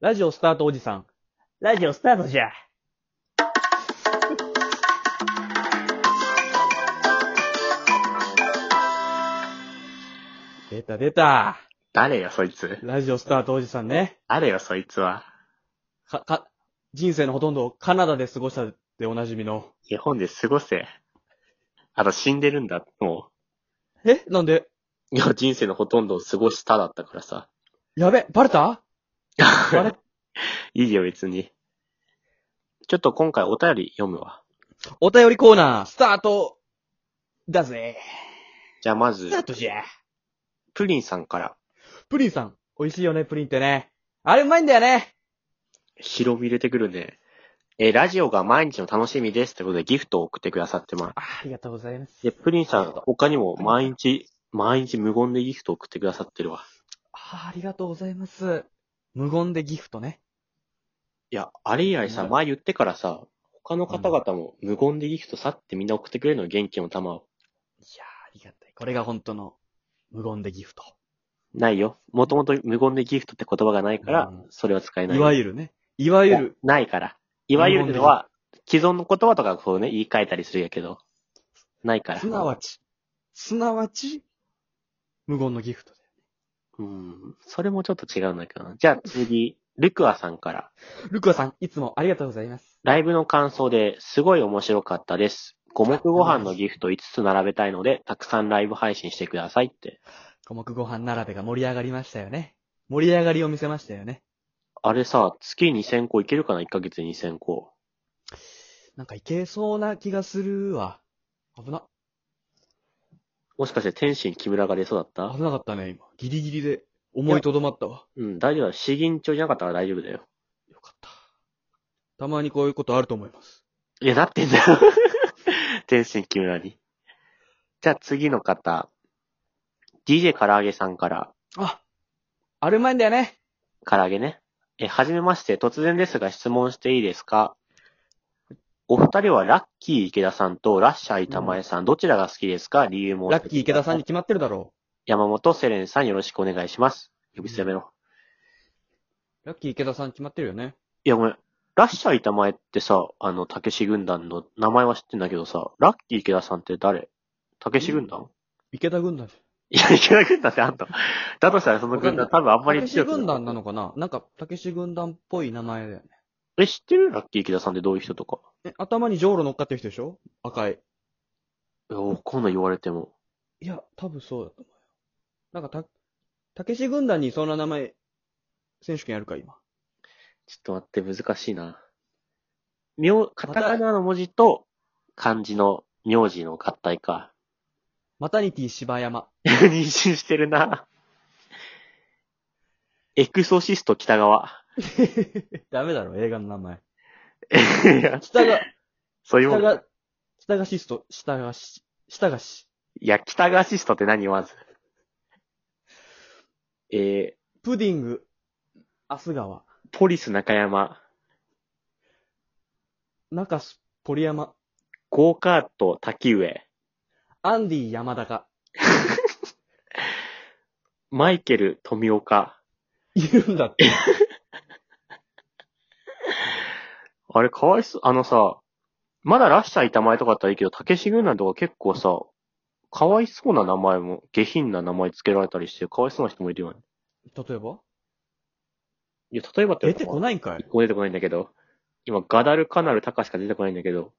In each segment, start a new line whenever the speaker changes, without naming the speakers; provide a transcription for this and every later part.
ラジオスタートおじさん。
ラジオスタートじゃ。
出た出た。
誰よ、そいつ。
ラジオスタートおじさんね。
誰よ、そいつは。
か、か、人生のほとんどをカナダで過ごしたでおなじみの。
日本で過ごせ。あと死んでるんだ、も
えなんで
う。いや、人生のほとんどを過ごしただったからさ。
やべ、バレ たバレ、
いいよ、別に。ちょっと今回お便り読むわ。
お便りコーナー、スタートだぜ。
じゃあま
ス
ず
タ、ートじゃ。
プリンさんから、
プリンさん。美味しいよね、プリンってね。あれうまいんだよね。
広み入れてくるね。えーラジオが毎日の楽しみですってことでギフトを送ってくださってます。
あありがとうございます。
で、プリンさん、他にも毎日、毎日無言でギフトを送ってくださってるわ。
ああ、ありがとうございます。無言でギフトね。
いや、あれ以来さ、
うん
前言ってからさ、他の方々も無言でギフトさってみんな送ってくれるのよ元気の玉を。
いやーありがたい。これが本当の無言でギフト。
ないよ。もともと無言でギフトって言葉がないから
うん、
それは使えない。
いわゆるね。いわゆる。
ないから。いわゆるのは、既存の言葉とかこうね、言い換えたりするやけど、ないから。
すなわち、すなわち、無言のギフトで。
うん。それもちょっと違うんだけどな。じゃあ次、ルクアさんから。
ルクアさん、いつもありがとうございます。
ライブの感想ですごい面白かったです。五目ご飯のギフト5つ並べたいので、たくさんライブ配信してくださいって。
五目ご飯並べが盛り上がりましたよね。盛り上がりを見せましたよね。
あれさ、月2000個いけるかな ?1 ヶ月で2000個。
なんかいけそうな気がするわ。危な、
もしかして天心木村が出そうだった
危なかったね、今。ギリギリで思いとどまったわ。
うん、大丈夫だ。詩吟帳じゃなかったら大丈夫だよ。
よかった。たまにこういうことあると思います。
いや、なってんだよ。 天心木村に。じゃあ次の方。DJ 唐揚げさんから、
あ、あれうまいんだよね。
唐揚げね。え、はじめまして、突然ですが質問していいですかお二人はラッキー池田さんとラッシャー板前さん、どちらが好きですか理由も。
ラッキー池田さんに。決まってるだろ
山本セレンさんよろしくお願いします。呼び捨てやめろ。
う。ラッキー池田さん決まってるよね。
いや、ごめん。ラッシャー板前ってさ、あの、たけし軍団の名前は知ってんだけどさ、ラッキー池田さんって誰たけし軍団、
池田軍団じ
いや、池田軍団ってあんた。だとしたらその軍団
わ
多分あ
ゃ
ん
ん。
ま
た
り
けし
強くい
軍団なのかななんか、たけし軍団っぽい名前だよね。
え、知ってるラッキー池田さんってどういう人とか。
え、頭にじょうろ乗っかってる人でしょ赤い。
いや、わかんない言われても。
いや、多分そうだと思うよ。なんかた、たけし軍団にそんな名前、選手権やるか、今。
ちょっと待って、難しいな。名、カタカナの文字と漢字の名字の合体か。
マタニティ芝山。
妊娠してるな。エクソシスト北川。
ダメだろ、映画の名前。
いや
下が、
そういうも
下
んだ。
が、下がシスト、下がし、下がし。
いや、北川シストって何まず。え
プディング、アス川。
ー、ポリス中山、
中洲、ポリ山。
ゴーカート滝上。
アンディ、山高。
マイケル、富岡。
いるんだって。
あれ、かわいそう。あのさ、まだラッシャーいた前とかだったらいいけど、たけし軍団とか結構さ、かわいそうな名前も、下品な名前つけられたりして、かわいそうな人もいるよね。
例えば
いや、例えばって
出てこ
い
ないんかい
一個出てこないんだけど、今、ガダルカナルタカしか出てこないんだけど、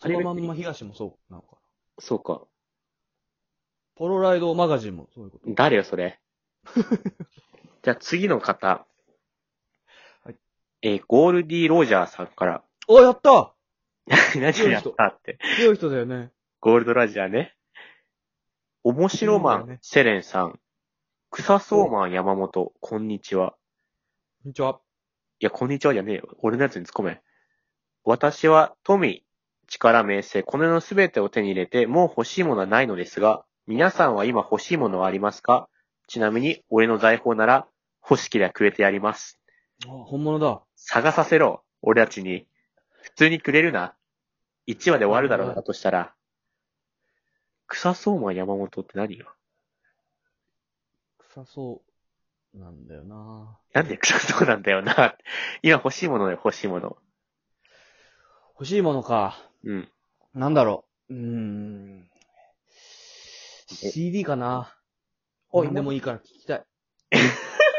そのまんま東もそうなのかな。
そうか。
ポロライドマガジンもそういうこと。
誰よ、それ。 じゃあ次の方。
はい
えーゴールディ・ロジャーさんから、
お、やった
何をやったって。
強い人だよね。
ゴールドラジャーね。面白
そう
マ
だよ
ン
ね、
セレンさん。草そうマン、山本、こんにちは。
こんにちは。
いや、こんにちはじゃねえよ。俺のやつに突っ込め。私は、富、力、名声、この世のすべてを手に入れて、もう欲しいものはないのですが、皆さんは今欲しいものはありますかちなみに、俺の財宝なら、欲しけりゃくれてやります。
あ本物だ。
探させろ、俺たちに。普通にくれるな。1話で終わるだろ
は
う、
い
だとしたら。草相馬山本って何よ
臭そなんだよな
なんで、そうなんだよな。今欲しいものだよ、欲しいもの。
欲しいものか。
うん。
なんだろう。うーん。CD かな。
お
何でもいいから聞きたい。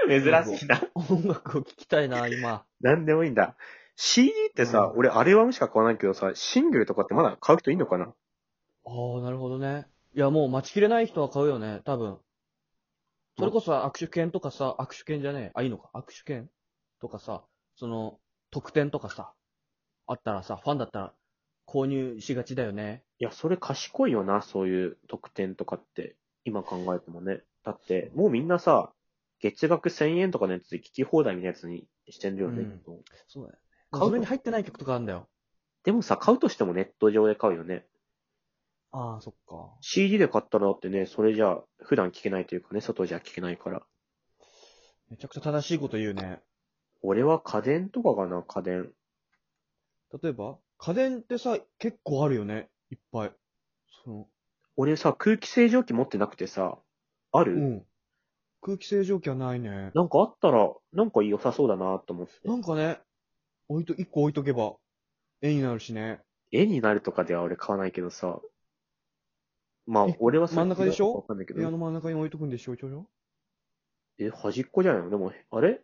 珍しいな。
音楽を聞きたいな、今。
なんでもいいんだ。CD ってさ、
うん
俺アルバムしか買わないけどさ、シングルとかってまだ買う人いんのかな
ああ、なるほどね。いや、もう待ちきれない人は買うよね、多分。それこそ握手券とかさ、握手券じゃねえ。あ、いいのか。握手券とかさ、その、特典とかさ、あったらさ、ファンだったら購入しがちだよね。
いや、それ賢いよな、そういう特典とかって、今考えてもね。だって、もうみんなさ、月額1000円とかのやつで聞き放題みたいなやつにしてるよね。
うんそうだよね。
買う
画面に入ってない曲とかあるんだよ。
でもさ、買うとしてもネット上で買うよね。
ああ、そっか。
CD で買ったらだってね、それじゃあ普段聞けないというかね、外じゃ聞けないから。
めちゃくちゃ正しいこと言うね。
俺は家電とかかな、家電。
例えば、家電ってさ、結構あるよね。いっぱい。その、
俺さ、空気清浄機持ってなくてさ、ある、
うん。空気清浄機はないね。
なんかあったら、なんか良さそうだなと思って。
なんかね、置いと、一個置いとけば、絵になるしね。
絵になるとかでは俺買わないけどさ。まあ
え、
俺はそれ
真ん中でしょ
わかんないけ
部屋の
ど。
真ん中に置いとくんでしょ、ちょちょ
え、端っこじゃないのでも、あれ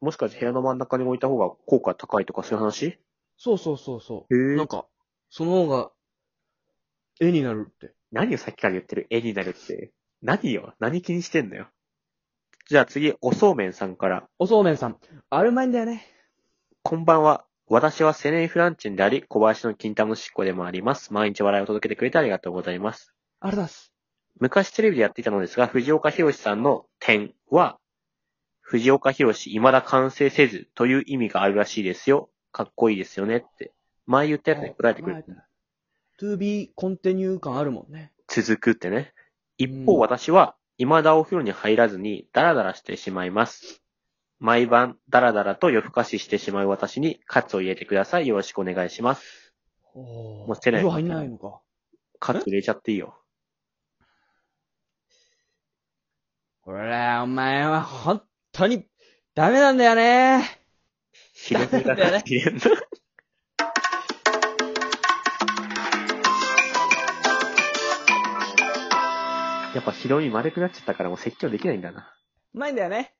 もしかして部屋の真ん中に置いた方が効果高いとかそういう話
そうそうそうそう。
へえ
なんか、その方が、絵になるって。
何をさっきから言ってる絵になるって。何よ何気にしてんのよ。じゃあ次、おそうめんさんから。
おそうめんさん。あれうまいんだよね。
こんばんは。私はセネイフランチンであり、小林の金玉しっこでもあります。毎日笑いを届けてくれてありがとうございます。
あれだっす。
昔テレビでやっていたのですが、藤岡弘さんの点は、藤岡弘未だ完成せずという意味があるらしいですよ。かっこいいですよねって。前言ったやつに答えてくれる。
to be continue 感あるもんね。
続くってね。一
う
方
ん
私は、未だお風呂に入らずに、ダラダラしてしまいます。毎晩、ダラダラと夜更かししてしまう私に、カツを入れてください。よろしくお願いします。
お
もうしてない
色入んないのか。
カツ入れちゃっていいよ。
これ、お前は本当にダメなんだよね。
ひれみが
だよね
入れんの。やっぱひろみ丸くなっちゃったからもう説教できないんだな。
うまいんだよね。